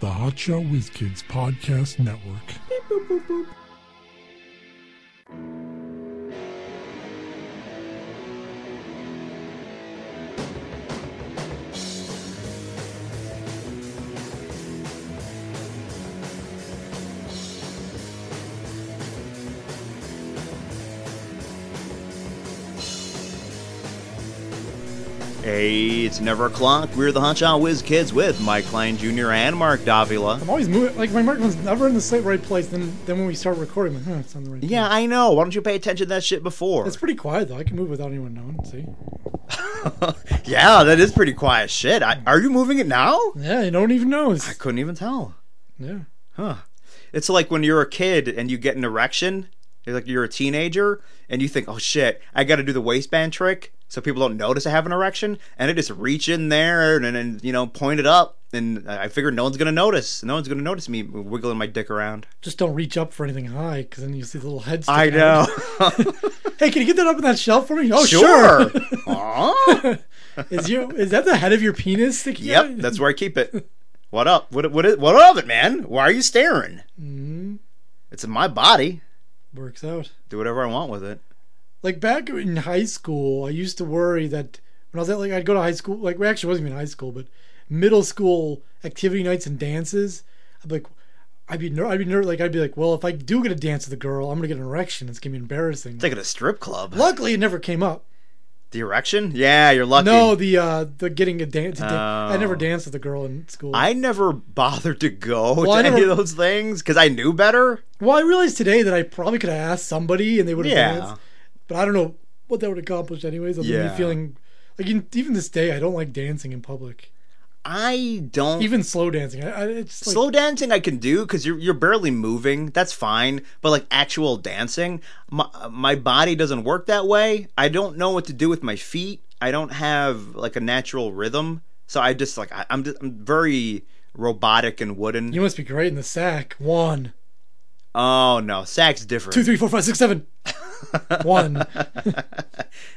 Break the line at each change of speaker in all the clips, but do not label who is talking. the Hotshot Whiz Kids Podcast Network.
Hey, it's never o'clock. We're the Hotshot Whiz Kids with Mike Klein Jr. and Mark Davila.
I'm always moving. Like my microphone's never in the slight right place. Then, then when we start recording, like, huh, it's on the right.
Yeah,
place.
I know. Why don't you pay attention to that shit before?
it's pretty quiet though. I can move without anyone knowing. See?
yeah, that is pretty quiet shit. I, are you moving it now?
Yeah, no one even
I
knows.
couldn't even tell.
Yeah.
Huh. It's like when you're a kid and you get an erection. You're like you're a teenager and you think, oh shit, I got to do the waistband trick so people don't notice I have an erection, and I just reach in there and, and you know point it up, and I I figure no one's gonna notice. No one's gonna notice me wiggling my dick around.
Just don't reach up for anything high, because then you see the little head.
I
sticking out.
know.
Hey, can you get that up on that shelf for me? Oh,
sure.
sure.
Aw.
is your is that the head of your penis sticking?
Yep,
out?
that's where I keep it. What up? What what is, what of it, man? Why are you staring?
Mm,
It's in my body.
works out.
Do whatever I want with it.
like back in high school, I used to worry that when I was at like I'd go to high school, like we actually wasn't even high school, but middle school activity nights and dances. I'd be like, I'd be ner- I'd be ner- like I'd be like, well, if I do get a dance with a girl, I'm gonna get an erection. It's gonna be embarrassing.
It's like at a strip club.
Luckily, it never came up.
The erection? Yeah, you're lucky.
No, the uh, the getting a dance. Dan- I
Oh.
never danced with a girl in school.
I never bothered to go
Well,
to
I
any
never-
of those things because I knew better.
well, I realized today that I probably could have asked somebody and they would have
Yeah.
danced, but I don't know what that would accomplish anyways. Other than
Yeah.
me feeling like in, even this day, I don't like dancing in public.
I don't.
even slow dancing. I, I it's just like,
Slow dancing I can do because you're you're barely moving. That's fine. But like actual dancing, my my body doesn't work that way. I don't know what to do with my feet. I don't have like a natural rhythm. So I just like I, I'm just, I'm very robotic and wooden.
you must be great in the sack. One,
oh no, sack's different.
two, three, four, five, six, seven. One.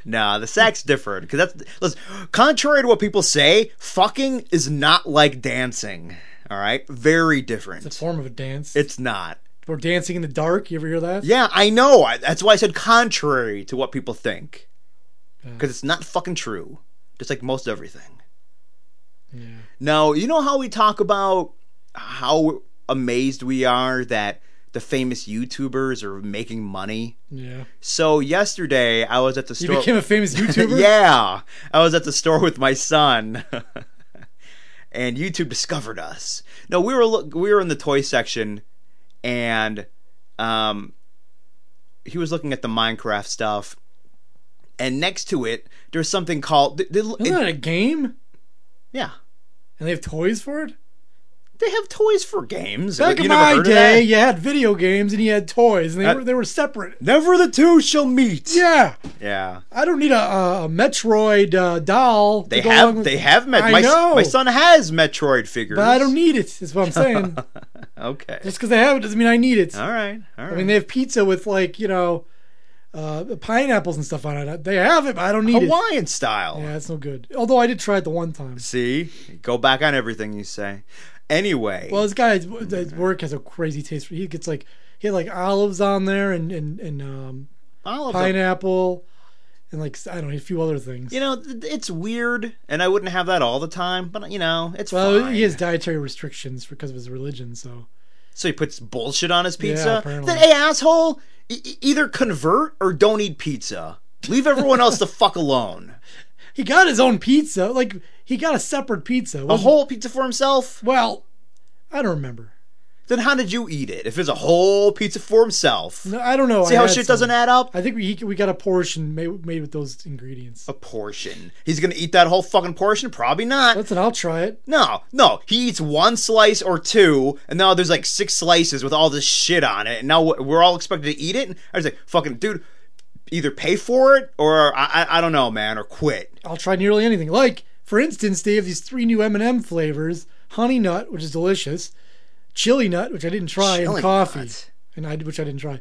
Nah, the sack's different because that's listen, contrary to what people say. Fucking is not like dancing. All right, very different.
It's a form of a dance.
it's not.
Or dancing in the dark. You ever hear that?
Yeah, I know. I, that's why I said contrary to what people think.
Yeah.
Because it's not fucking true. Just like most everything.
Yeah.
Now, you know how we talk about how amazed we are that the famous YouTubers are making money?
Yeah.
So, yesterday, I was at the
You
store.
became a famous YouTuber.
yeah. I was at the store with my son. and YouTube discovered us. No, we were look we were in the toy section and um he was looking at the Minecraft stuff. And next to it, there's something called th- they-
Isn't
it-
that a game?
yeah.
And they have toys for it.
They have toys for games.
Back
You
in
never
my
heard of
day,
that?
you had video games and you had toys, and they
Uh,
were they were separate.
never the two shall meet.
Yeah.
Yeah.
I don't need a, a a Metroid uh, doll. to
They
go along
have
with-
they have met
I
my, s-
know.
my son has Metroid figures.
But I don't need it. Is what I'm saying.
Okay.
Just because they have it doesn't mean I need it.
all right. All right.
I mean, they have pizza with like you know, uh, pineapples and stuff on it. They have it, but I don't need
Hawaiian style.
it. Yeah, it's no good. Although I did try it the one time.
See, go back on everything you say. Anyway,
Well, this guy at at work has a crazy taste. for He gets like he had like olives on there and and and um,
all of them-
pineapple and like I don't know a few other things.
you know, th- it's weird, and I wouldn't have that all the time. But you know, it's
well,
fine.
he has dietary restrictions because of his religion. So
So he puts bullshit on his
Yeah,
pizza.
apparently.
then, hey, asshole, e- e- either convert or don't eat pizza. Leave everyone else the fuck alone.
he got his own pizza. Like he got a separate pizza.
A
Wasn't-
whole pizza for himself.
Well, I don't remember.
Then how did you eat it? If it's a whole pizza for himself,
No, I don't know.
see
I
how
had
shit
some.
doesn't add up.
I think we we got a portion made, made with those ingredients.
A portion. He's gonna eat that whole fucking portion? Probably not.
Listen, I'll try it.
No, no. He eats one slice or two, and now there's like six slices with all this shit on it, and now wh- we're all expected to eat it. And I was like, "Fucking dude, either pay for it or I, I, I don't know, man, or quit."
I'll try nearly anything. Like, for instance, they have these three new M&M flavors: honey nut, which is delicious, chili nut, which I didn't try,
Chili
and coffee,
nut.
and I which I didn't try.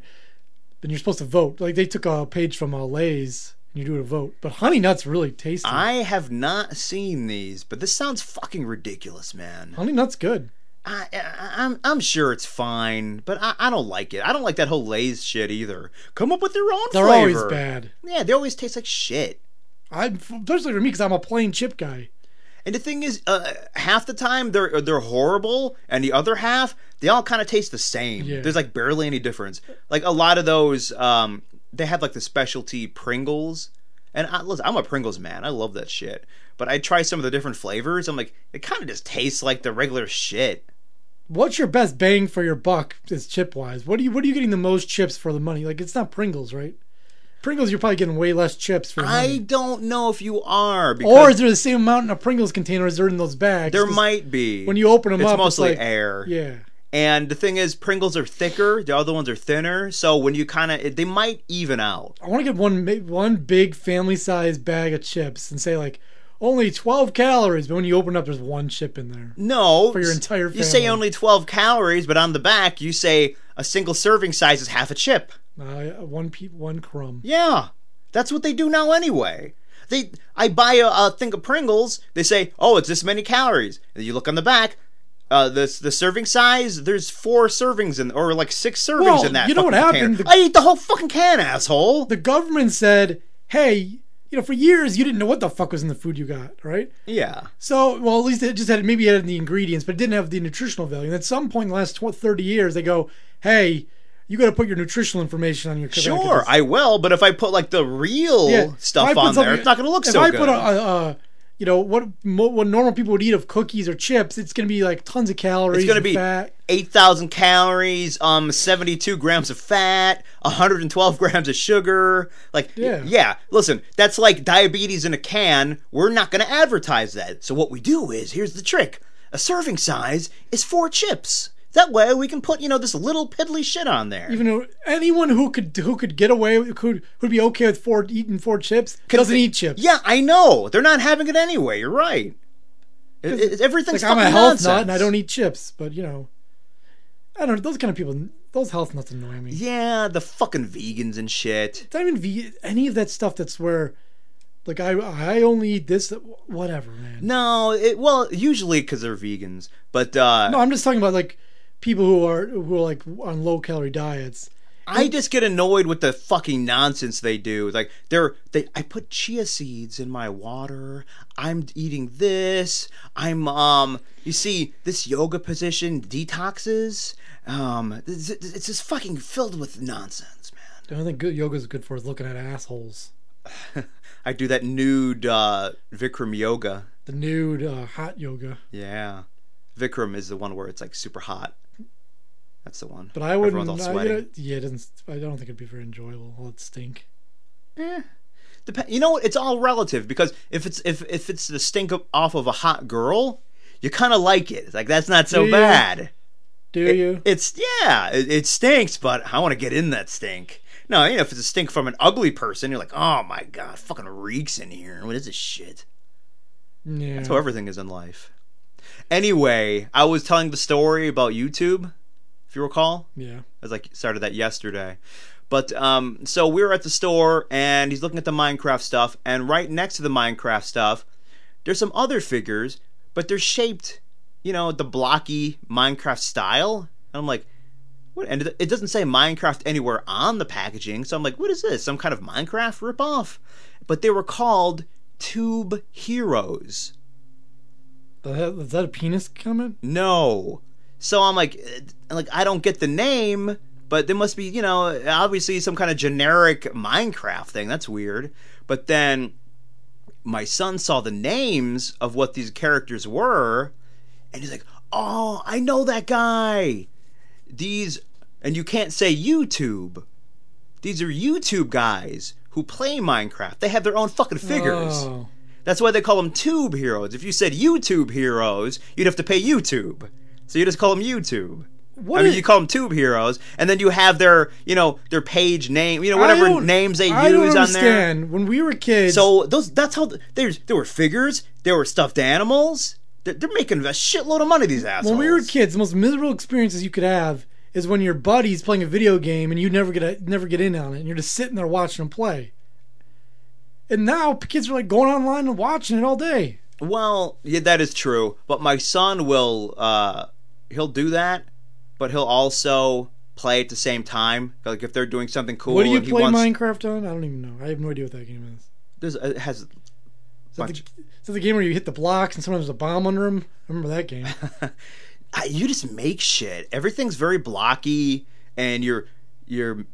Then you're supposed to vote. Like they took a page from uh, Lay's and you do a vote. But honey nut's really tasty.
Ah. I have not seen these, but this sounds fucking ridiculous, man.
honey nut's good.
I, I, I'm I'm sure it's fine, but I, I don't like it. I don't like that whole Lay's shit either. Come up with your own
They're
flavor.
always bad.
Yeah, they always taste like shit.
I'm especially for me because I'm a plain chip guy.
And the thing is, uh, half the time they're they're horrible, and the other half they all kind of taste the same.
Yeah.
There's like barely any difference. Like a lot of those, um, they have like the specialty Pringles, and I, listen, I'm a Pringles man. I love that shit. But I try some of the different flavors. I'm like, it kind of just tastes like the regular shit.
What's your best bang for your buck is chip wise? What are you what are you getting the most chips for the money? Like it's not Pringles, right? Pringles you're probably getting way less chips for the
I
money.
don't know if you are
Mm. Or
because
is there the same amount in a Pringles container as there in those bags?
there
'Cause
might be
when you open them
it's
up,
mostly
it's like,
air.
Yeah.
And the thing is, Pringles are thicker. The other ones are thinner. So when you kind of, they might even out.
I want to get one ma- one big family size bag of chips and say like only 12 calories, but when you open up, there's one chip in there.
No,
For your entire
You say
family.
only twelve calories, but on the back you say a single serving size is half a chip.
Uh, one pe- one crumb.
Yeah, that's what they do now anyway. They, I buy a, a thing of Pringles. They say, oh, it's this many calories. And you look on the back. Uh, the the serving size there's four servings in or like six servings
Well,
in that.
you know what
fucking container.
happened? The-
I eat the whole fucking can, asshole.
The government said, "Hey, you know, for years you didn't know what the fuck was in the food you got, right?
yeah,
So, well, at least it just had maybe it had the ingredients, but it didn't have the nutritional value. And at some point in the last 20, 30 years, they go, "Hey, you got to put your nutritional information on your back of
sure,
this."
I will. But if I put like the real
Yeah, if I
stuff
put
on there,
something-
it's not gonna look
if
so
I
good.
put a, a, a you know what mo- what normal people would eat of cookies or chips, it's gonna be like tons of calories.
It's gonna
and
be
fat.
eight thousand calories, um, seventy-two grams of fat, hundred and twelve grams of sugar. Like, yeah.
Yeah.
yeah, listen, that's like diabetes in a can. We're not going to advertise that. So what we do is, here's the trick: a serving size is four chips. That way, we can put you know this little piddly shit on there.
Even though anyone who could who could get away with- could who'd be okay with four eating four chips doesn't eat chips.
yeah, I know they're not having it anyway. You're right. It- it- everything's
like I'm a
fucking
health
nonsense.
nut and I don't e-, eat chips, but you know, I don't. Those kind of people, those health nuts annoy me.
Yeah, the fucking vegans and shit.
It's not even ve- any of that stuff that's where, like I I only eat this. Whatever, man.
No, it, well, usually because they're vegans, but uh,
No, I'm just talking about like people who are who are like on low calorie diets.
I just get annoyed with the fucking nonsense they do. Like they're they I put chia seeds in my water. I'm eating this. I'm um you see this yoga position detoxes. Um it's, it's just fucking filled with nonsense, man.
The only thing good yoga's good for is looking at assholes.
I do that nude uh Vikram yoga.
The nude uh, hot yoga,
Yeah. Vikram is the one where it's like super hot. That's the one.
but I wouldn't.
Everyone's all
I- you
sweaty.
know, yeah, it doesn't. I don't think it'd be very enjoyable. It'd stink. Eh.
Dep- you know what? It's all relative because if it's if if it's the stink up off of a hot girl, you kind of like it. It's Like that's not so
Yeah.
bad.
Do you?
It's yeah, it, it stinks, but I want to get in that stink. No, you know if it's a stink from an ugly person, you're like, oh my god, fucking reeks in here. What is this shit?
yeah.
That's how everything is in life. Anyway, I was telling the story about YouTube, if you recall.
yeah.
I was like started that yesterday. But um, so we were at the store and he's looking at the Minecraft stuff, and right next to the Minecraft stuff, there's some other figures, but they're shaped, you know, the blocky Minecraft style. And I'm like, what? And it it doesn't say Minecraft anywhere on the packaging, so I'm like, what is this? Some kind of Minecraft ripoff? But they were called Tube Heroes.
That- Is that a penis comment?
no. So I'm like, eh, like I don't get the name, but there must be, you know, obviously some kind of generic Minecraft thing. That's weird. But then my son saw the names of what these characters were, and he's like, "Oh, I know that guy. These, and you can't say YouTube. These are YouTube guys who play Minecraft. They have their own fucking figures."
Oh.
That's why they call them tube heroes. If you said YouTube heroes, you'd have to pay YouTube. So you just call them YouTube.
What
I mean,
is-
you call them tube heroes, and then you have their, you know, their page name, you know,
I
whatever
don't-
names they
I
use
don't
on there.
understand. When we were kids,
So those, that's how th- there's there were figures, there were stuffed animals. They're, they're making a shitload of money. These assholes.
when we were kids, the most miserable experiences you could have is when your buddy's playing a video game and you never get a, never get in on it, and you're just sitting there watching them play. And now kids are like going online and watching it all day.
Well, yeah, that is true. But my son will uh, he'll do that, but he'll also play at the same time. Like if they're doing something cool,
what do you
and he
play
wants,
Minecraft on? I don't even know. I have no idea what that game is.
There's, uh, it has
Is that, the,
bunch.
is that the game where you hit the blocks and sometimes there's a bomb under them? I remember that game.
I- you just make shit. Everything's very blocky, and you're you're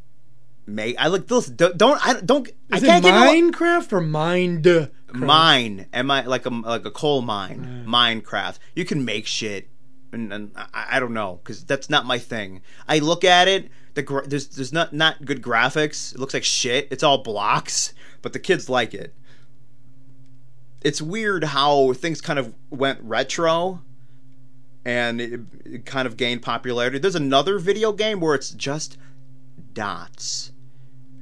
make. I like this. Don't don't- I don't. I
Is
can't
it
give you a-
Minecraft or Mind?
mine. Am I like a like a coal mine? Minecraft. You can make shit, and, and I, I don't know because that's not my thing. I look at it. The gra- there's there's not not good graphics. It looks like shit. It's all blocks, but the kids like it. It's weird how things kind of went retro and it, it kind of gained popularity. There's another video game where it's just dots.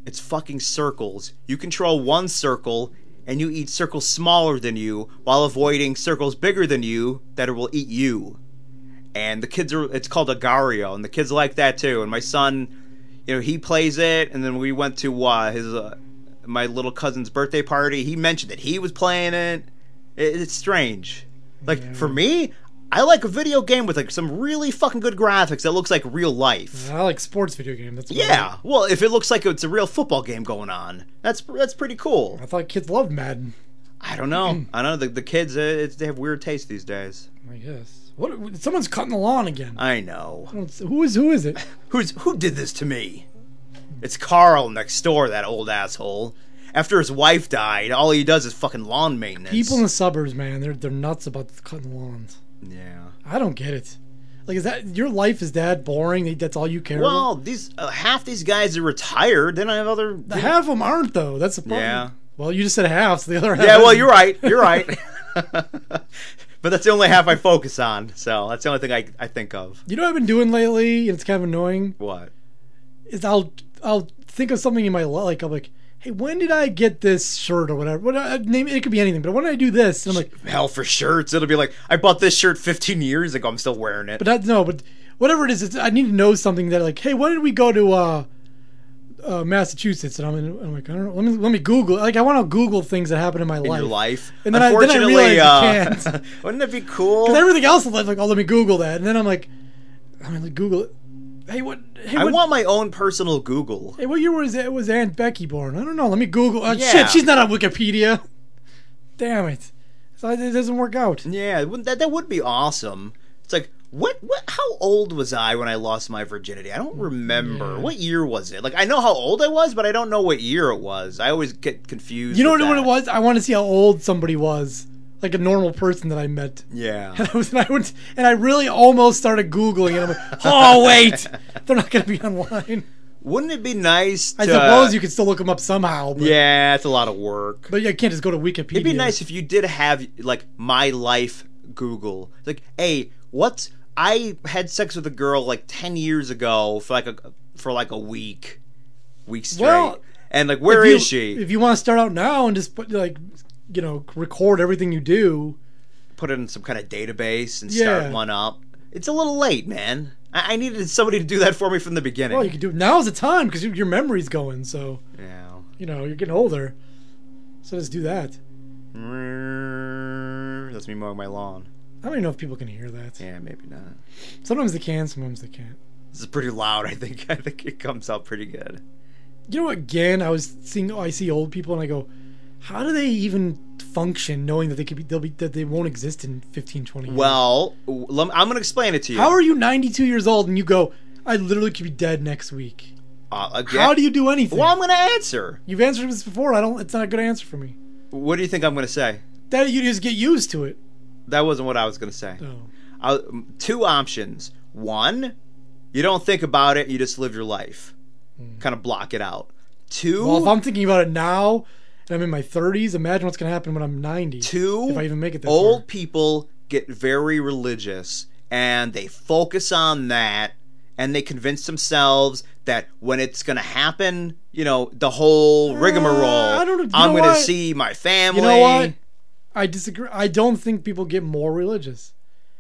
It's fucking circles. You control one circle and you eat circles smaller than you while avoiding circles bigger than you that will eat you. And the kids are it's called Agario and the kids like that too. And my son, you know, he plays it and then we went to uh, his uh, my little cousin's birthday party. He mentioned that he was playing it. it it's strange. Like for me, I like a video game with like some really fucking good graphics that looks like real life.
I like sports video game. That's about
Yeah, well, if it looks like it's a real football game going on, that's that's pretty cool.
it. I thought kids loved Madden.
I don't
Mm.
know. I don't know. The, the kids, uh, it's, they have weird taste these days.
I guess. What? Someone's cutting the lawn again.
I know.
Well, it's- Who is who is it?
Who's who did this to me? It's Carl next door, that old asshole. After his wife died, all he does is fucking lawn maintenance.
People in the suburbs, man, they're they're nuts about cutting lawns.
yeah.
I don't get it. Like, is that your life is that boring? that- That's all you care
Well, these uh, half these guys are retired. They don't have other.
about. Half of them aren't though. That's the problem.
Yeah.
Well, you just said half, so the other half.
Yeah, well,
isn't.
you're right. You're right. but that's the only half I focus on. So that's the only thing I I think of.
You know what I've been doing lately, and it's kind of annoying.
What?
Is I'll I'll think of something in my life. Like I'm like, hey, when did I get this shirt or whatever? What I, name it could be anything, but when did I do this? And I'm like,
hell for shirts. It'll be like I bought this shirt 15 years ago. I'm still wearing it.
but that no, but whatever it is, it's, I need to know something that like, hey, when did we go to uh, uh, Massachusetts? And I'm, in, I'm like, I don't know. Let me let me Google. Like, I want to Google things that happen in my
in
life.
your life, uh,
And then I- then I realized I can't.
wouldn't it be cool?
'Cause everything else in life, like, oh, let me Google that, and then I'm like, I'm gonna Google it. Hey, what? Hey,
I
what,
want my own personal Google.
hey, what year was it? Was Aunt Becky born? I don't know. Let me Google. Uh,
Yeah.
Shit, she's not on Wikipedia. Damn it! So it doesn't work out.
Yeah, wouldn't that that would be awesome. It's like what what? How old was I when I lost my virginity? I don't remember. What year was it? Like I know how old I was, but I don't know what year it was. I always get confused.
You know
with
what
that.
it was? I want to see how old somebody was, like a normal person that I met.
Yeah.
And I was, and I went, and I really almost started googling, and I'm like, oh wait, they're not gonna be online.
wouldn't it be nice? To,
I suppose you could still look them up somehow. But,
uh, Yeah, it's a lot of work.
but I can't just go to Wikipedia.
It'd be nice if you did have like my life Google. Like, hey, what's I had sex with a girl like ten years ago for like a for like a week, week straight,
Well,
and like where is
you-
she?
If you want to start out now and just put like, you know, record everything you do.
Put it in some kind of database and
Yeah.
start one up. It's a little late, man. I, I needed somebody to do that for me from the beginning.
Well, you can do it. Now's the time because your memory's going. So
yeah.
you know you're getting older. So just do that.
That's me mowing my lawn.
I don't even know if people can hear that.
Yeah, maybe not.
Sometimes they can, sometimes they can't.
This is pretty loud. I think I think it comes out pretty good.
You know what? Again, I was seeing. oh, I see old people, and I go, "How do they even function, knowing that they could be, they'll be, that they won't exist in 15, 20 years?
Well, w- lem- I'm gonna explain it to you.
how are you 92 years old and you go, "I literally could be dead next week"?
Uh, again,
How do you do anything?
Well, I'm going to answer.
You've answered this before. I don't. It's not a good answer for me.
What do you think I'm going to say?
That you just get used to it.
That wasn't what I was going to say.
No.
I, um, two options. One, you don't think about it, you just live your life, kind of block it out. Two,
Hmm. Well, if I'm thinking about it now, and I'm in my 30s, imagine what's gonna happen when I'm 90.
two
If I even make it that
old
far.
people get very religious and they focus on that and they convince themselves that when it's going to happen, you know, the whole rigmarole,
Uh, I don't- you
I'm
know
going to
what?
see my family.
You know what? I disagree. I don't think people get more religious.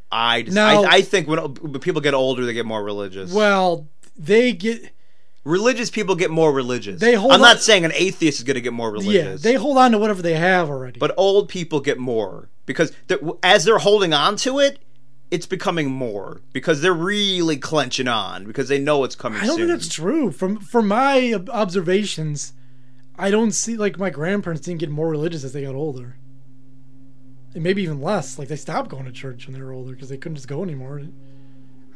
I, just,
Now-
I, I think when, when people get older, they get more religious.
Well, they get.
religious people get more religious.
They hold
I'm not
on-
saying an atheist is going to get more
Yeah,
religious.
they hold on to whatever they have already.
but old people get more because they're- as they're holding on to it, it's becoming more because they're really clenching on because they know it's coming
I don't
soon.
think that's true. From from my ob- observations, I don't see like my grandparents didn't get more religious as they got older, and maybe even less. Like they stopped going to church when they were older because they couldn't just go anymore.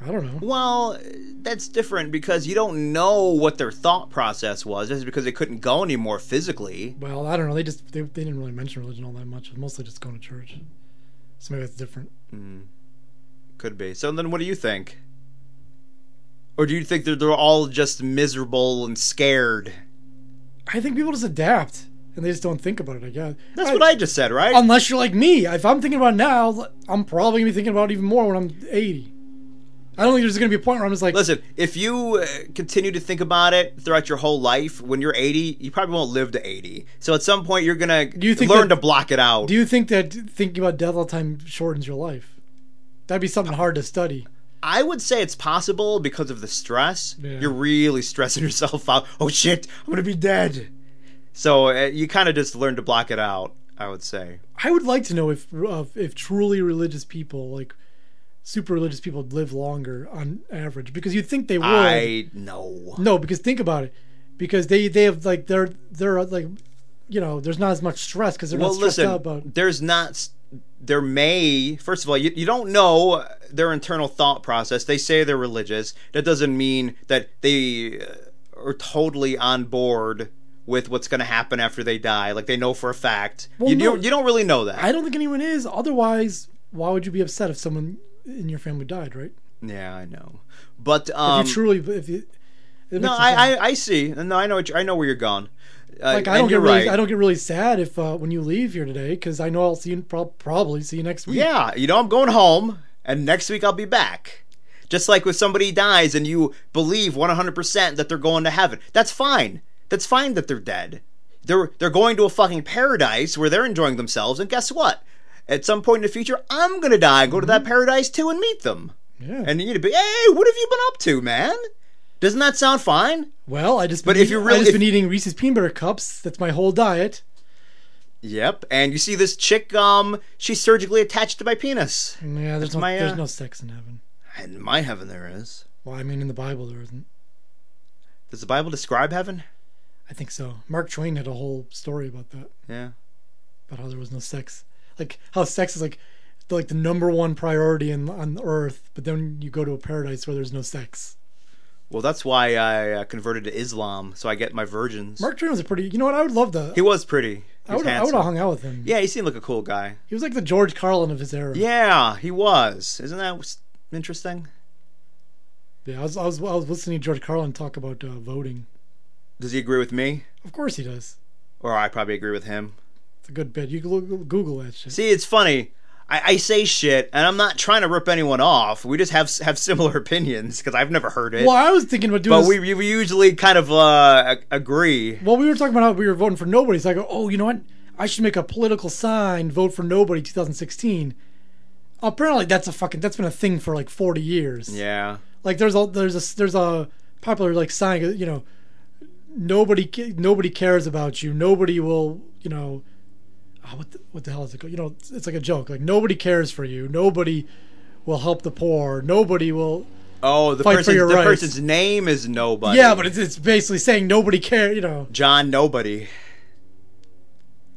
I don't know.
Well, that's different because you don't know what their thought process was. Just because they couldn't go anymore physically.
Well, I don't know. They just they, they didn't really mention religion all that much. It was mostly just going to church. So maybe that's different.
Could be. So then what do you think? Or do you think that they're all just miserable and scared?
I think people just adapt and they just don't think about it. I guess
That's what I just said, right?
Unless you're like me, if I'm thinking about it now, I'm probably gonna be thinking about it even more when I'm 80. I don't think there's gonna be a point where I'm just like,
Listen, if you uh, continue to think about it throughout your whole life, when you're 80, you probably won't live to 80. So at some point, you're gonna
you think
learn
that-
to block it out.
Do you think that thinking about death all the time shortens your life? That'd be something hard to study.
I would say it's possible because of the stress.
Yeah.
You're really stressing yourself out. Oh shit, I'm gonna be dead. So uh, you kind of just learn to block it out. I would say.
I would like to know if uh, if truly religious people, like super religious people, live longer on average because you'd think they would.
I know.
No, because think about it, because they they have like they're they're like, you know, there's not as much stress because they're
Well,
not stressed
listen.
out about.
There's not. s- There may. First of all, you, you don't know uh, their internal thought process. They say they're religious. That doesn't mean that they uh, are totally on board with what's going to happen after they die. Like they know for a fact.
Well,
you,
no.
don't- you don't really know that.
I don't think anyone is. Otherwise, why would you be upset if someone in your family died? Right?
yeah, I know. But um,
if you truly, if you, it makes
No,
no
I, I, I see. No, I know. What you, I know where you're going. Uh,
like I don't
and
get
you're
really,
right.
I don't get really sad if uh, when you leave here today because I know I'll see you prob- probably see you next week.
Yeah, you know, I'm going home, and next week I'll be back. Just like when somebody dies and you believe 100% that they're going to heaven, that's fine. That's fine that they're dead. They're they're going to a fucking paradise where they're enjoying themselves, and guess what? At some point in the future, I'm gonna die and go to that paradise too and meet them.
Yeah.
And you'd be, hey, what have you been up to, man? Doesn't that sound fine?
Well, I just
But
been
if
eat-
you're
I
really-
just
if-
been eating Reese's peanut butter cups. That's my whole diet.
Yep. And you see this chick, um, she's surgically attached to my penis.
Yeah, there's no,
my, uh,
there's no sex in heaven.
In my heaven, there is.
Well, I mean, in the Bible there isn't.
Does the Bible describe heaven?
I think so. Mark Twain had a whole story about that,
Yeah.
about how there was no sex, like how sex is like, the, like the number one priority in, on earth. But then you go to a paradise where there's no sex.
Well, that's why I uh, converted to Islam, so I get my virgins.
Mark Twain was a pretty. You know what? I would love the.
he was pretty. He
I
was
would I would
handsome.
have hung out with him.
yeah, he seemed like a cool guy.
He was like the George Carlin of his era.
Yeah, he was. Isn't that s- interesting?
Yeah, I was, I was I was listening to George Carlin talk about uh, voting.
Does he agree with me?
Of course he does.
Or I probably agree with him.
It's a good bit. You can look- Google that shit.
See, it's funny. I, I say shit, and I'm not trying to rip anyone off. We just have s- have similar opinions because I've never heard it.
Well, I was thinking about doing.
But
this-
we, we usually kind of uh, a- agree.
well, we were talking about how we were voting for nobody. So I go, oh, you know what? I should make a political sign, vote for nobody, 2016. Apparently, that's a fucking that's been a thing for like 40 years.
Yeah.
Like there's a there's a there's a popular like sign. You know, nobody ca- nobody cares about you. Nobody will. You know, oh, what the, what the hell is it called? You know, it's, it's like a joke. Like nobody cares for you. Nobody will help the poor. Nobody will.
Oh, the
Fight for
person's,
your
the
rights.
person's name is nobody.
Yeah, but it's, it's basically saying nobody care. You know,
John Nobody.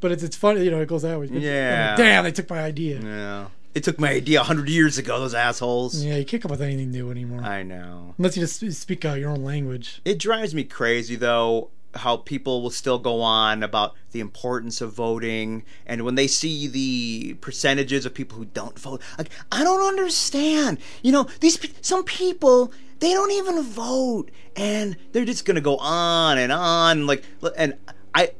but it's it's funny. You know, it goes that way. It's-
Yeah.
I'm like, Damn, they took my idea. Yeah.
Yeah. It took my idea a hundred years ago. Those assholes.
you can't come up with anything new anymore
I know.
unless you just sp- speak uh, your own language.
It drives me crazy though how people will still go on about the importance of voting and when they see the percentages of people who don't vote like I don't understand you know these pe- some people they don't even vote and they're just going to go on and on like l- and I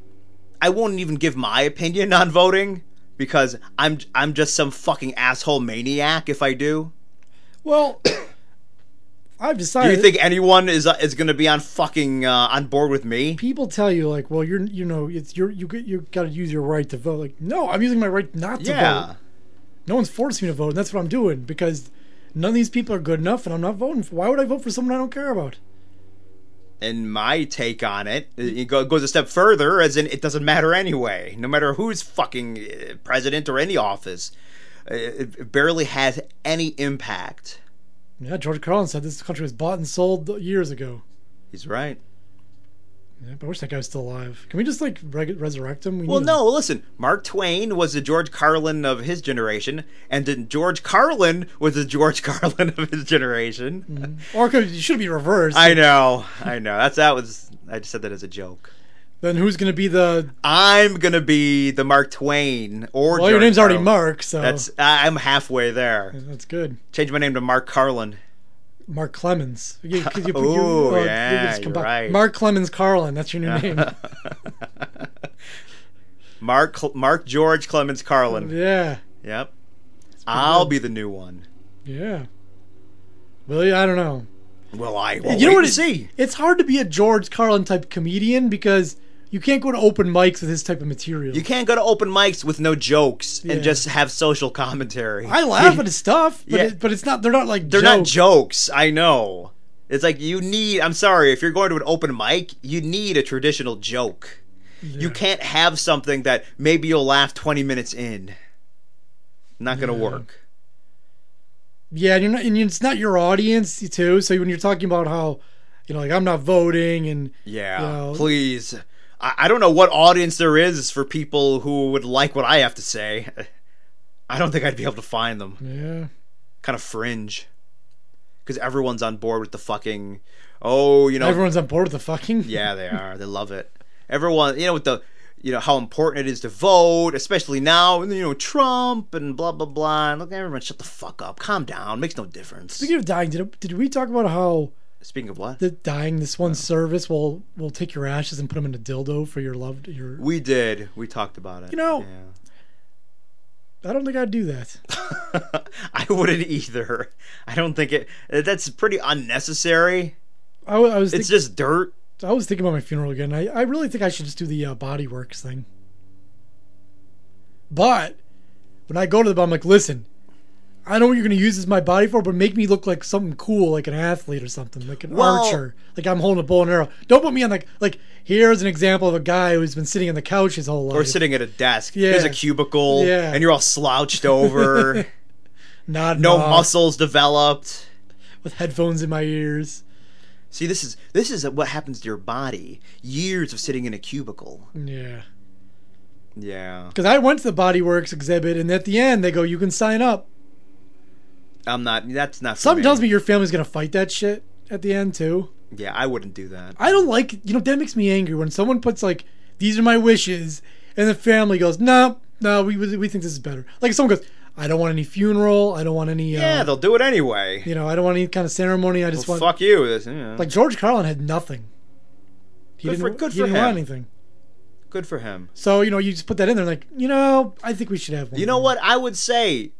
I won't even give my opinion on voting because I'm I'm just some fucking asshole maniac if I do
Well, I've
Do
decided.
you think anyone is uh, is going to be on fucking uh, on board with me?
people tell you like, well, you're you know, it's you're you you got to use your right to vote. Like, no, I'm using my right not to
Yeah,
vote. No one's forcing me to vote, and that's what I'm doing because none of these people are good enough, and I'm not voting. For, why would I vote for someone I don't care about?
and my take on it, it go- goes a step further, as in it doesn't matter anyway, no matter who's fucking uh, president or any office. It it barely has any impact.
Yeah, George Carlin said this country was bought and sold years ago.
He's right.
Yeah, but I wish that guy was still alive. Can we just like re- resurrect him? We
Well,
need
no, listen. Mark Twain was the George Carlin of his generation, and then George Carlin was the George Carlin of his generation.
him. Or could, it should be reversed.
I know, I know. That's that was. I just said that as a joke.
then who's gonna be the?
I'm gonna be the Mark Twain or.
Well, your
George
name's already
Carlin.
Mark, so
That's. I- I'm halfway there.
that's good.
Change my name to Mark Carlin.
Mark Clemens. You, 'cause you- you-
Ooh,
you
yeah,
just
you're
combine-
right.
Mark Clemens Carlin. That's your new name.
Mark Cl- Mark George Clemens Carlin.
yeah,
Yep. I'll be the new one.
yeah. Well, yeah, I don't know.
Well, I. Well,
you know
wait
what
and
it-
see.
It's hard to be a George Carlin type comedian because you can't go to open mics with his type of material.
You can't go to open mics with no jokes
Yeah.
and just have social commentary.
I laugh at his stuff, but
Yeah.
it, but it's not. They're not like
They're not
jokes.
jokes. I know. It's like you need. I'm sorry. If you're going to an open mic, you need a traditional joke. You
Yeah.
can't have something that maybe you'll laugh 20 minutes in. Not gonna work.
Yeah, and you're not, and it's not your audience too. So when you're talking about how, you know, like I'm not voting, and
Yeah.
No.
Please. I, I don't know what audience there is for people who would like what I have to say. I don't think I'd be able to find them.
yeah,
Kind of fringe. Because everyone's on board with the fucking. Oh, you know.
everyone's on board with the fucking.
Yeah, they are. They love it. Everyone, you know, with the, you know, how important it is to vote, especially now, and you know, Trump and blah blah blah. And look, everyone, shut the fuck up. Calm down. Makes no difference.
Speaking of dying, did did we talk about how
Speaking of what,
the dying this one service will will take your ashes and put them in a dildo for your loved your?
we did. We talked about it.
You know-
Yeah.
I don't think I'd do that.
I wouldn't either. I don't think it. That's pretty unnecessary.
I, w- I was
It's
think,
just dirt.
I was thinking about my funeral again. I I really think I should just do the uh, body works thing. But when I go to the, I'm like, listen. I know what you're gonna use as my body for, but make me look like something cool, like an athlete or something, like an
Well-
archer, like I'm holding a bow and arrow. Don't put me on like like here's an example of a guy who's been sitting on the couch his whole life.
Or sitting at a desk.
Yeah.
There's a cubicle.
Yeah.
And you're all slouched over.
not
no
involved,
muscles developed.
with headphones in my ears.
See, this is this is what happens to your body. Years of sitting in a cubicle.
Yeah.
Yeah,
Because I went to the Body Works exhibit, and at the end they go, "You can sign up."
I'm not. That's not. For
Something
me.
tells me your family's gonna fight that shit at the end too.
Yeah, I wouldn't do that.
I don't like, you know, that makes me angry when someone puts like, "These are my wishes," and the family goes, "No, no, we we we think this is better." Like if someone goes, "I don't want any funeral. I don't want any,
yeah,
uh,
they'll do it anyway.
you know, I don't want any kind of ceremony. I just
Well,
want."
fuck you. This, yeah.
Like George Carlin had nothing. He
Good
didn't.
for- good
he
for
didn't want
him.
anything.
good for him.
So you know, you just put that in there, like, you know, I think we should have one.
You know
more."
what? I would say,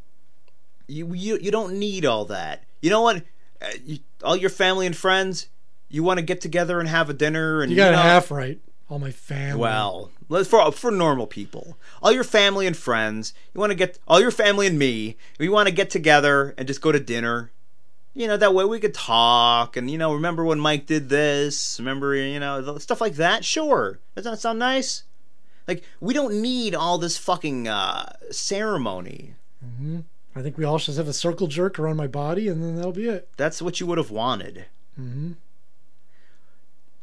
you you you don't need all that. You know what? Uh, you, all your family and friends, you want to get together and have a dinner, and
You got
know,
it half right. All my family.
Well, let's for for normal people, all your family and friends, you want to get all your family and me. We want to get together and just go to dinner. You know that way we could talk and you know remember when Mike did this, remember you know th- stuff like that. Sure, doesn't that sound nice? Like we don't need all this fucking uh, ceremony.
I think we all should just have a circle jerk around my body, and then that'll be it. Mm-hmm.
That's what you would have wanted.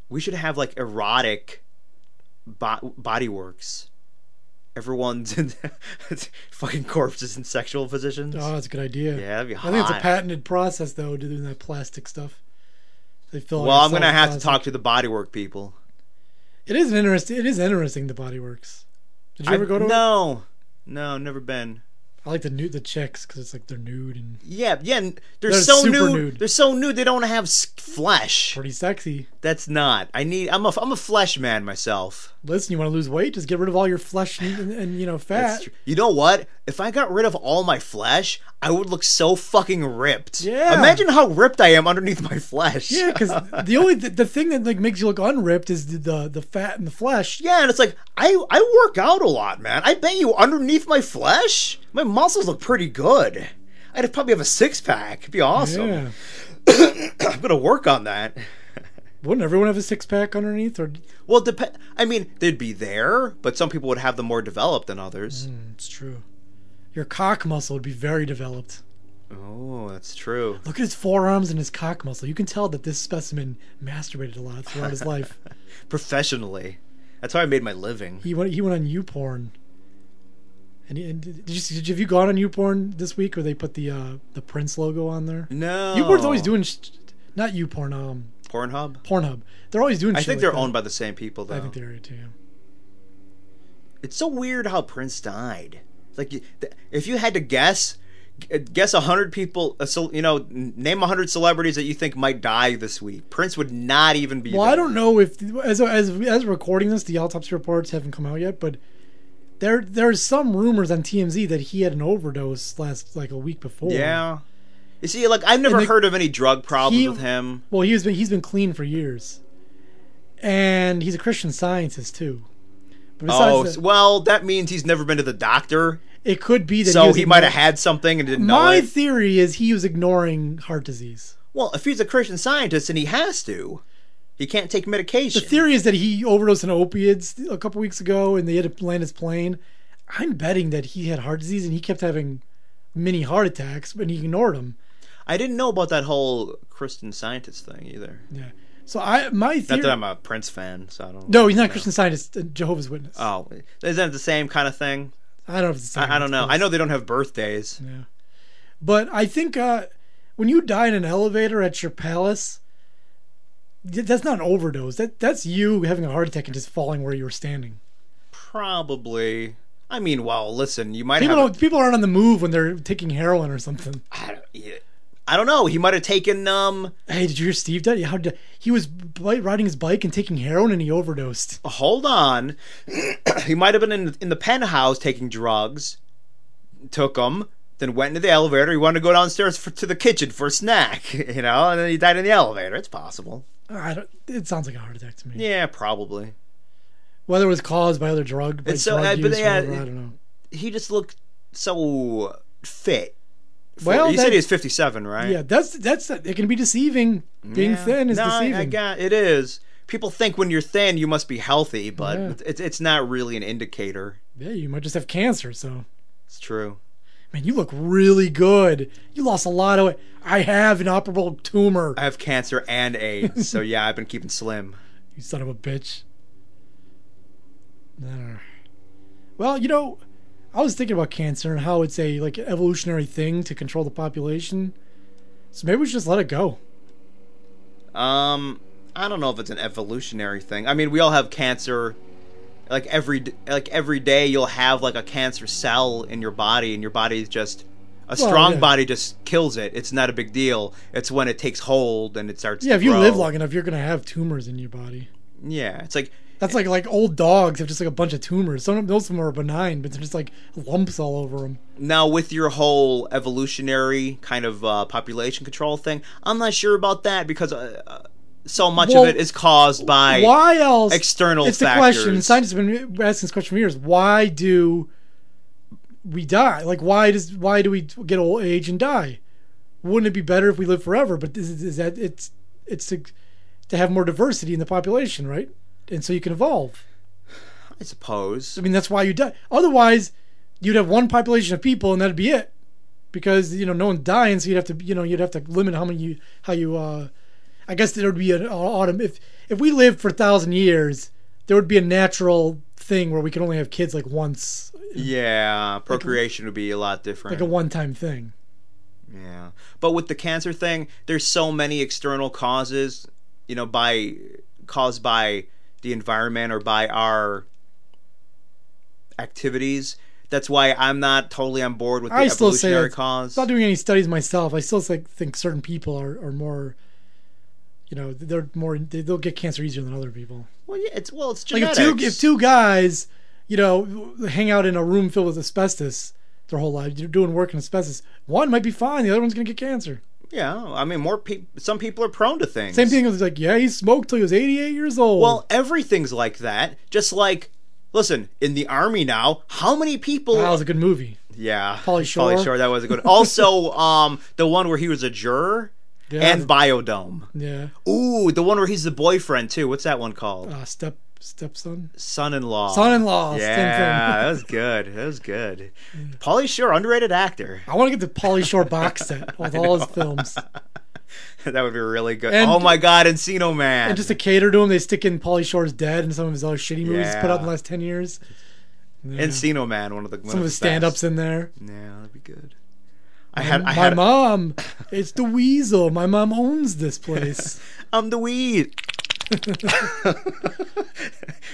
We should have like erotic bo- body works. Everyone's in fucking corpses in sexual positions.
Oh, that's a good idea.
yeah, that'd be
I
hot.
think it's a patented process though, doing that plastic stuff. They fill. out
well, I'm
your
gonna
cell
have to
plastic.
talk to the bodywork people.
It is an interesting. It is interesting. The body works. Did you ever
I-
go to? it?
no, no, never been.
I like the nude, the chicks, because it's like they're nude and
Yeah, yeah. n- They're,
They're
so
super
nude.
nude.
They're so nude. They don't have s- flesh.
pretty sexy.
That's not. I need. I'm a. I'm a flesh man myself.
Listen, you want to lose weight? Just get rid of all your flesh and, and, and, you know fat.
That's tr- You know what? If I got rid of all my flesh, I would look so fucking ripped.
Yeah.
Imagine how ripped I am underneath my flesh.
Yeah, because the only the, the thing that like makes you look unripped is the, the the fat and the flesh.
Yeah, and it's like I I work out a lot, man. I bet you underneath my flesh, my muscles look pretty good. I'd probably have a six pack. It'd be awesome.
Yeah.
I'm gonna work on that.
Wouldn't everyone have a six pack underneath? Or
Well, depend.
Mm.
I mean, they'd be there, but some people would have them more developed than others.
it's true. your cock muscle would be very developed.
Oh, that's true.
Look at his forearms and his cock muscle. You can tell that this specimen masturbated a lot throughout his life.
Professionally, that's how I made my living.
He went he went on YouPorn. And, he- and did you see, did you, have you gone on YouPorn this week, where they put the uh, the Prince logo on there?
No,
YouPorn's always doing, sh- not YouPorn, um,
Pornhub.
Pornhub. They're always doing.
I
shit
think
like
they're
that.
owned by the same people, though.
I think they are too.
It's so weird how Prince died. It's like, you- th- if you had to guess, g- uh, guess a hundred people. uh, So you know, n- name a hundred celebrities that you think might die this week. Prince would not even be.
Well,
there.
I don't know if as as as recording this, the autopsy reports haven't come out yet, but there there's some rumors on TMZ that he had an overdose last like a week before.
Yeah. You see, like I've never
the-
heard of any drug problems
he-
with him.
Well, he's been he's been clean for years, and he's a Christian Scientist too. But besides
Oh,
that,
s- well, that means he's never been to the doctor,
it could be that
so
was
he might have
ignoring-
had something and didn't know
My
it.
theory is he was ignoring heart disease.
Well, if he's a Christian scientist and he has to, he can't take
The
medication.
theory is that he overdosed on opiates a couple weeks ago, and they had to land his plane. I'm betting that he had heart disease, and he kept having mini heart attacks, but he ignored them.
I didn't know about that whole Christian scientist thing either.
Yeah. So I my theory.
Not that I'm a Prince fan, so I don't.
no, he's not a
know.
Christian Scientist. uh, Jehovah's Witness.
Oh, isn't that the same kind of thing?
I don't know. If it's the same.
I, I don't know.
It's
I know they don't have birthdays.
Yeah. But I think uh, when you die in an elevator at your palace, th- that's not an overdose. That that's you having a heart attack and just falling where you were standing.
Probably. I mean, well, listen, you might
People
have.
don't. People aren't on the move when they're taking heroin or something.
I don't, yeah. I don't know. He might have taken um
Hey, did you hear Steve did? How did he was bi- riding his bike and taking heroin and he overdosed?
hold on. he might have been in in the penthouse taking drugs, took them, then went into the elevator. He wanted to go downstairs for, to the kitchen for a snack, you know, and then he died in the elevator. It's possible.
I don't, it sounds like a heart attack to me.
Yeah, probably.
Whether it was caused by other drug, by
It's so-
drug
uh, but
use,
yeah,
whatever, I
it-
don't know.
He just looked so fit. For-
Well,
you said
that-
he was fifty-seven, right?
Yeah, that's that's it can be deceiving. Being
Yeah.
thin is
no, I-
deceiving.
I got it is. People think when you're thin you must be healthy, but
Yeah.
it's it's not really an indicator.
yeah, you might just have cancer. So,
It's true.
man, you look really good. You lost a lot of weight. I have an operable tumor.
I have cancer and AIDS, so yeah, I've been keeping slim.
You son of a bitch. Nah. Well, you know, I was thinking about cancer and how it's a like evolutionary thing to control the population. So maybe we should just let it go.
Um, I don't know if it's an evolutionary thing. I mean, we all have cancer. Like every d- like every day, you'll have like a cancer cell in your body, and your body's just a
Well,
strong
yeah.
body just kills it. It's not a big deal. It's when it takes hold and it starts.
Yeah,
to
if you
grow.
live long enough, you're gonna have tumors in your body.
Yeah, it's like
That's like like old dogs have just like a bunch of tumors. Some of most of them are benign, but they're just like lumps all over them.
now with your whole evolutionary kind of uh, population control thing. I'm not sure about that because uh, uh, so much
Well,
of it is caused by
why else?
external
It's the question.
factors.
Scientists have been asking this question for years. Why do we die? Like, why does why do we get old age and die? Wouldn't it be better if we live forever? But is, is that it's it's to, to have more diversity in the population, right? And so you can evolve.
I suppose.
I mean, that's why you die. Otherwise, you'd have one population of people, and that'd be it. Because you know, no one's dying, so you'd have to, you know, you'd have to limit how many you, how you. uh I guess there would be an uh, autumn if if we lived for a thousand years, there would be a natural thing where we could only have kids like once,
Yeah, procreation would be a lot different.
like a one-time thing.
Yeah. But with the cancer thing, there's so many external causes, you know, by caused by the environment or by our activities. That's why I'm not totally on board with the
I still say
evolutionary
that-
cause.
not doing any studies myself. I still think think certain people are are more. You know, they're more they, they'll get cancer easier than other people.
well, yeah, it's well, it's
like if
genetics.
two if two guys, you know, hang out in a room filled with asbestos their whole life, you're doing work in asbestos. One might be fine, the other one's gonna get cancer.
yeah, I mean, more people. Some people are prone to things.
Same thing with like, yeah, he smoked till he was 88 years old.
Well, everything's like that. Just like, listen, in the army now, how many people?
that was a good movie.
Yeah,
Pauly Shore.
That was a good. Also, um, the one where he was a juror
Yeah,
and Biodome.
yeah,
Ooh, the one where he's the boyfriend too. What's that one called?
uh, step stepson,
Son-in-law.
son-in-law. same thing. Mm.
Yeah, that was good. That was good. Pauly Shore, underrated actor.
I want to get the Polly Shore box set with all his films,
that would be really good.
And-
oh my God, Encino Man.
and just to cater to him, they stick in Polly Shore's Dead and some of his other shitty movies he's put out in
Yeah.
the last ten years. And then
Encino Man, one of the one
some of
the
his stand-ups
best.
in there.
Yeah, that'd be good. I had, I
my
had,
mom, it's the weasel. My mom owns this place.
I'm the weed.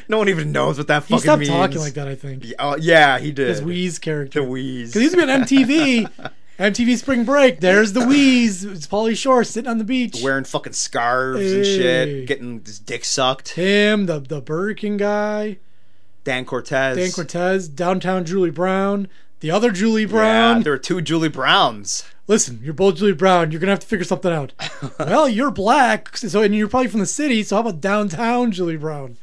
no one even knows what that fucking
He stopped
means.
talking like that. I think
Yeah, oh, yeah, he did.
his Wheeze
The
character.
Wheeze.
Because he used to be on MTV. MTV Spring Break. There's the Wheeze. It's Pauly Shore sitting on the beach.
wearing fucking scarves and
Hey.
shit, getting his dick sucked.
Him, the the Burger King guy,
Dan Cortez.
Dan Cortez, downtown Julie Brown, the other Julie
Yeah,
Brown.
there are two Julie Browns.
Listen, you're both Julie Brown. You're gonna have to figure something out. well, you're black, so and you're probably from the city. So how about downtown Julie Brown?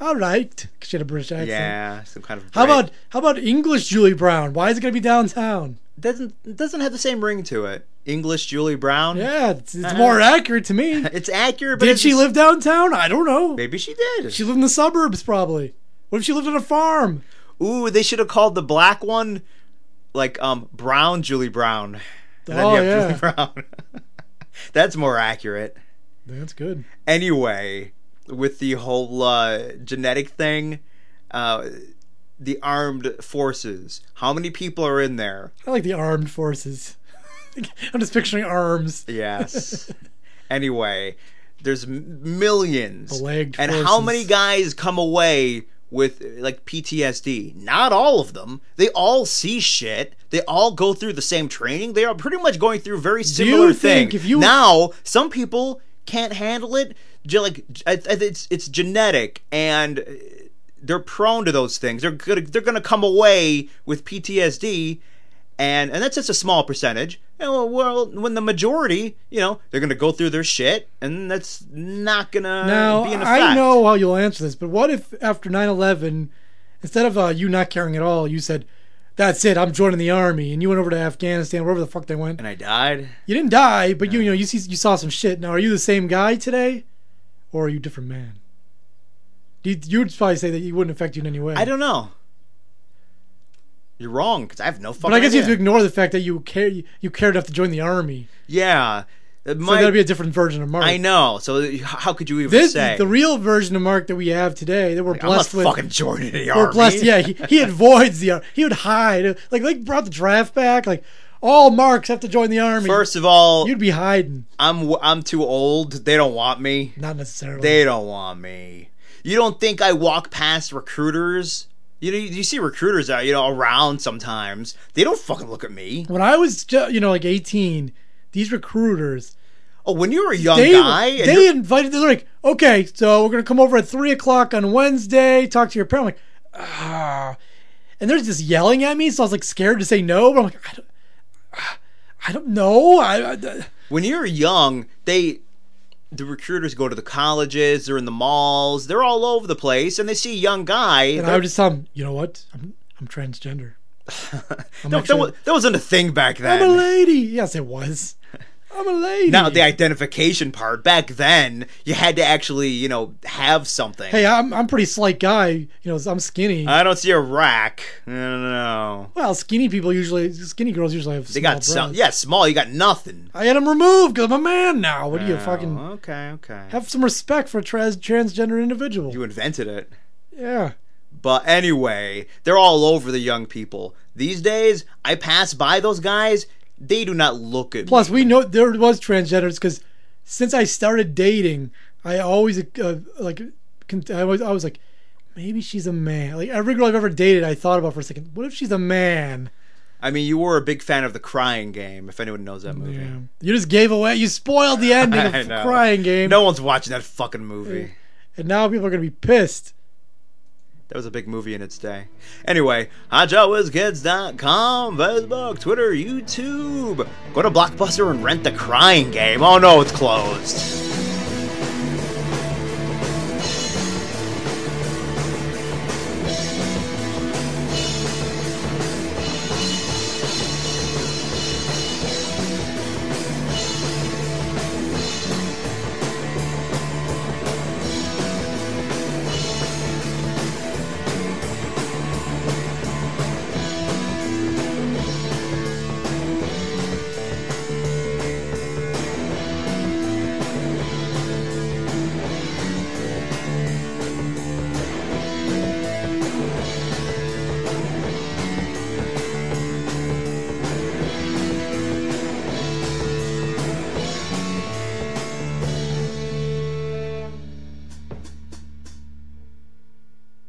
All right, 'Cause she had a British accent.
Yeah, some kind of.
How
break.
about how about English Julie Brown? Why is it gonna be downtown?
doesn't doesn't have the same ring to it? English Julie Brown.
Yeah, it's, it's more accurate to me.
it's accurate. But
Did
it's
she
just-
live downtown? I don't know.
Maybe she did.
She lived in the suburbs, probably. What if she lived on a farm?
Ooh, they should have called the black one, like um Brown Julie Brown. And then
Oh,
you have
yeah.
Julie Brown. That's more accurate.
That's good.
Anyway, with the whole uh, genetic thing, uh, the armed forces. How many people are in there?
I like the armed forces. I'm just picturing arms.
Yes. anyway, there's m- millions.
Beleged
and how
forces.
many guys come away with like PTSD? Not all of them. They all see shit. They all go through the same training. They are pretty much going through very similar
think
things.
if you-
now, some people can't handle it. Ge- Like I- I- it's it's genetic and uh, they're prone to those things. They're gonna they're gonna come away with PTSD, and and that's just a small percentage. And well, well, when the majority, you know, they're gonna go through their shit, and that's not gonna
Now,
be an effect.
I know how you'll answer this, but what if after 9 11, instead of uh, you not caring at all, you said, That's it, I'm joining the army, and you went over to Afghanistan, wherever the fuck they went.
And I died.
You didn't die, but you, you know, you, see, you saw some shit. Now, are you the same guy today, or are you a different man? You, you would probably say that it wouldn't affect you in any way.
I don't know. You're wrong because I have no fucking.
But I guess you
idea.
have to ignore the fact that you care you cared enough to join the army.
Yeah, Uh,
So
my,
that'd be a different version of Mark.
I know. So h- how could you even
This
say?
the real version of Mark that we have today that we're
I'm not
blessed with.
fucking joining the
we're
army.
blessed. Yeah, he, he avoids the army. He would hide. Like like brought the draft back. Like all Marks have to join the army.
First of all,
You'd be hiding.
I'm w- I'm too old. They don't want me.
Not necessarily.
They don't want me. You don't think I walk past recruiters? You know, you see recruiters out, you know, around sometimes. They don't fucking look at me.
when I was ju- you know like eighteen, these recruiters
Oh, when you were a young
they
guy, and
they
you're-
invited. They're like, okay, so we're gonna come over at three o'clock on Wednesday. Talk to your parent. I'm like, ah, and they're just yelling at me. So I was like scared to say no, but I'm like, I don't, I don't know. I, I
when you're young, they the recruiters go to the colleges, they're in the malls, they're all over the place, and they see a young guy.
and I would just tell them, you know what? I'm I'm transgender. I'm
No, that,
actually-
was, that wasn't a thing back then.
I'm a lady. Yes, it was. I'm a lady.
now the identification part back then, you had to actually, you know, have something.
hey, I'm I'm a pretty slight guy. You know, I'm skinny.
I don't see a rack. I don't know.
well, skinny people usually, skinny girls usually have.
They got some. Yeah, small. You got nothing.
I had them removed because I'm a man now. What do you
Oh,
fucking?
okay, okay.
have some respect for a trans transgender individual.
you invented it.
yeah.
But anyway, they're all over the young people these days. I pass by those guys; they do not look at.
Plus, we know there was transgenders because since I started dating, I always uh, like con- I was I was like, maybe she's a man. Like every girl I've ever dated, I thought about for a second, what if she's a man?
me. I mean, you were a big fan of the Crying Game, if anyone knows that movie.
Yeah. You just gave away. You spoiled the ending of
I know.
Crying Game,
No one's watching that fucking movie.
and now people are gonna be pissed.
That was a big movie in its day. Anyway, HotJawizKids.com, Facebook, Twitter, YouTube. Go to Blockbuster and rent the Crying Game. Oh no, it's closed.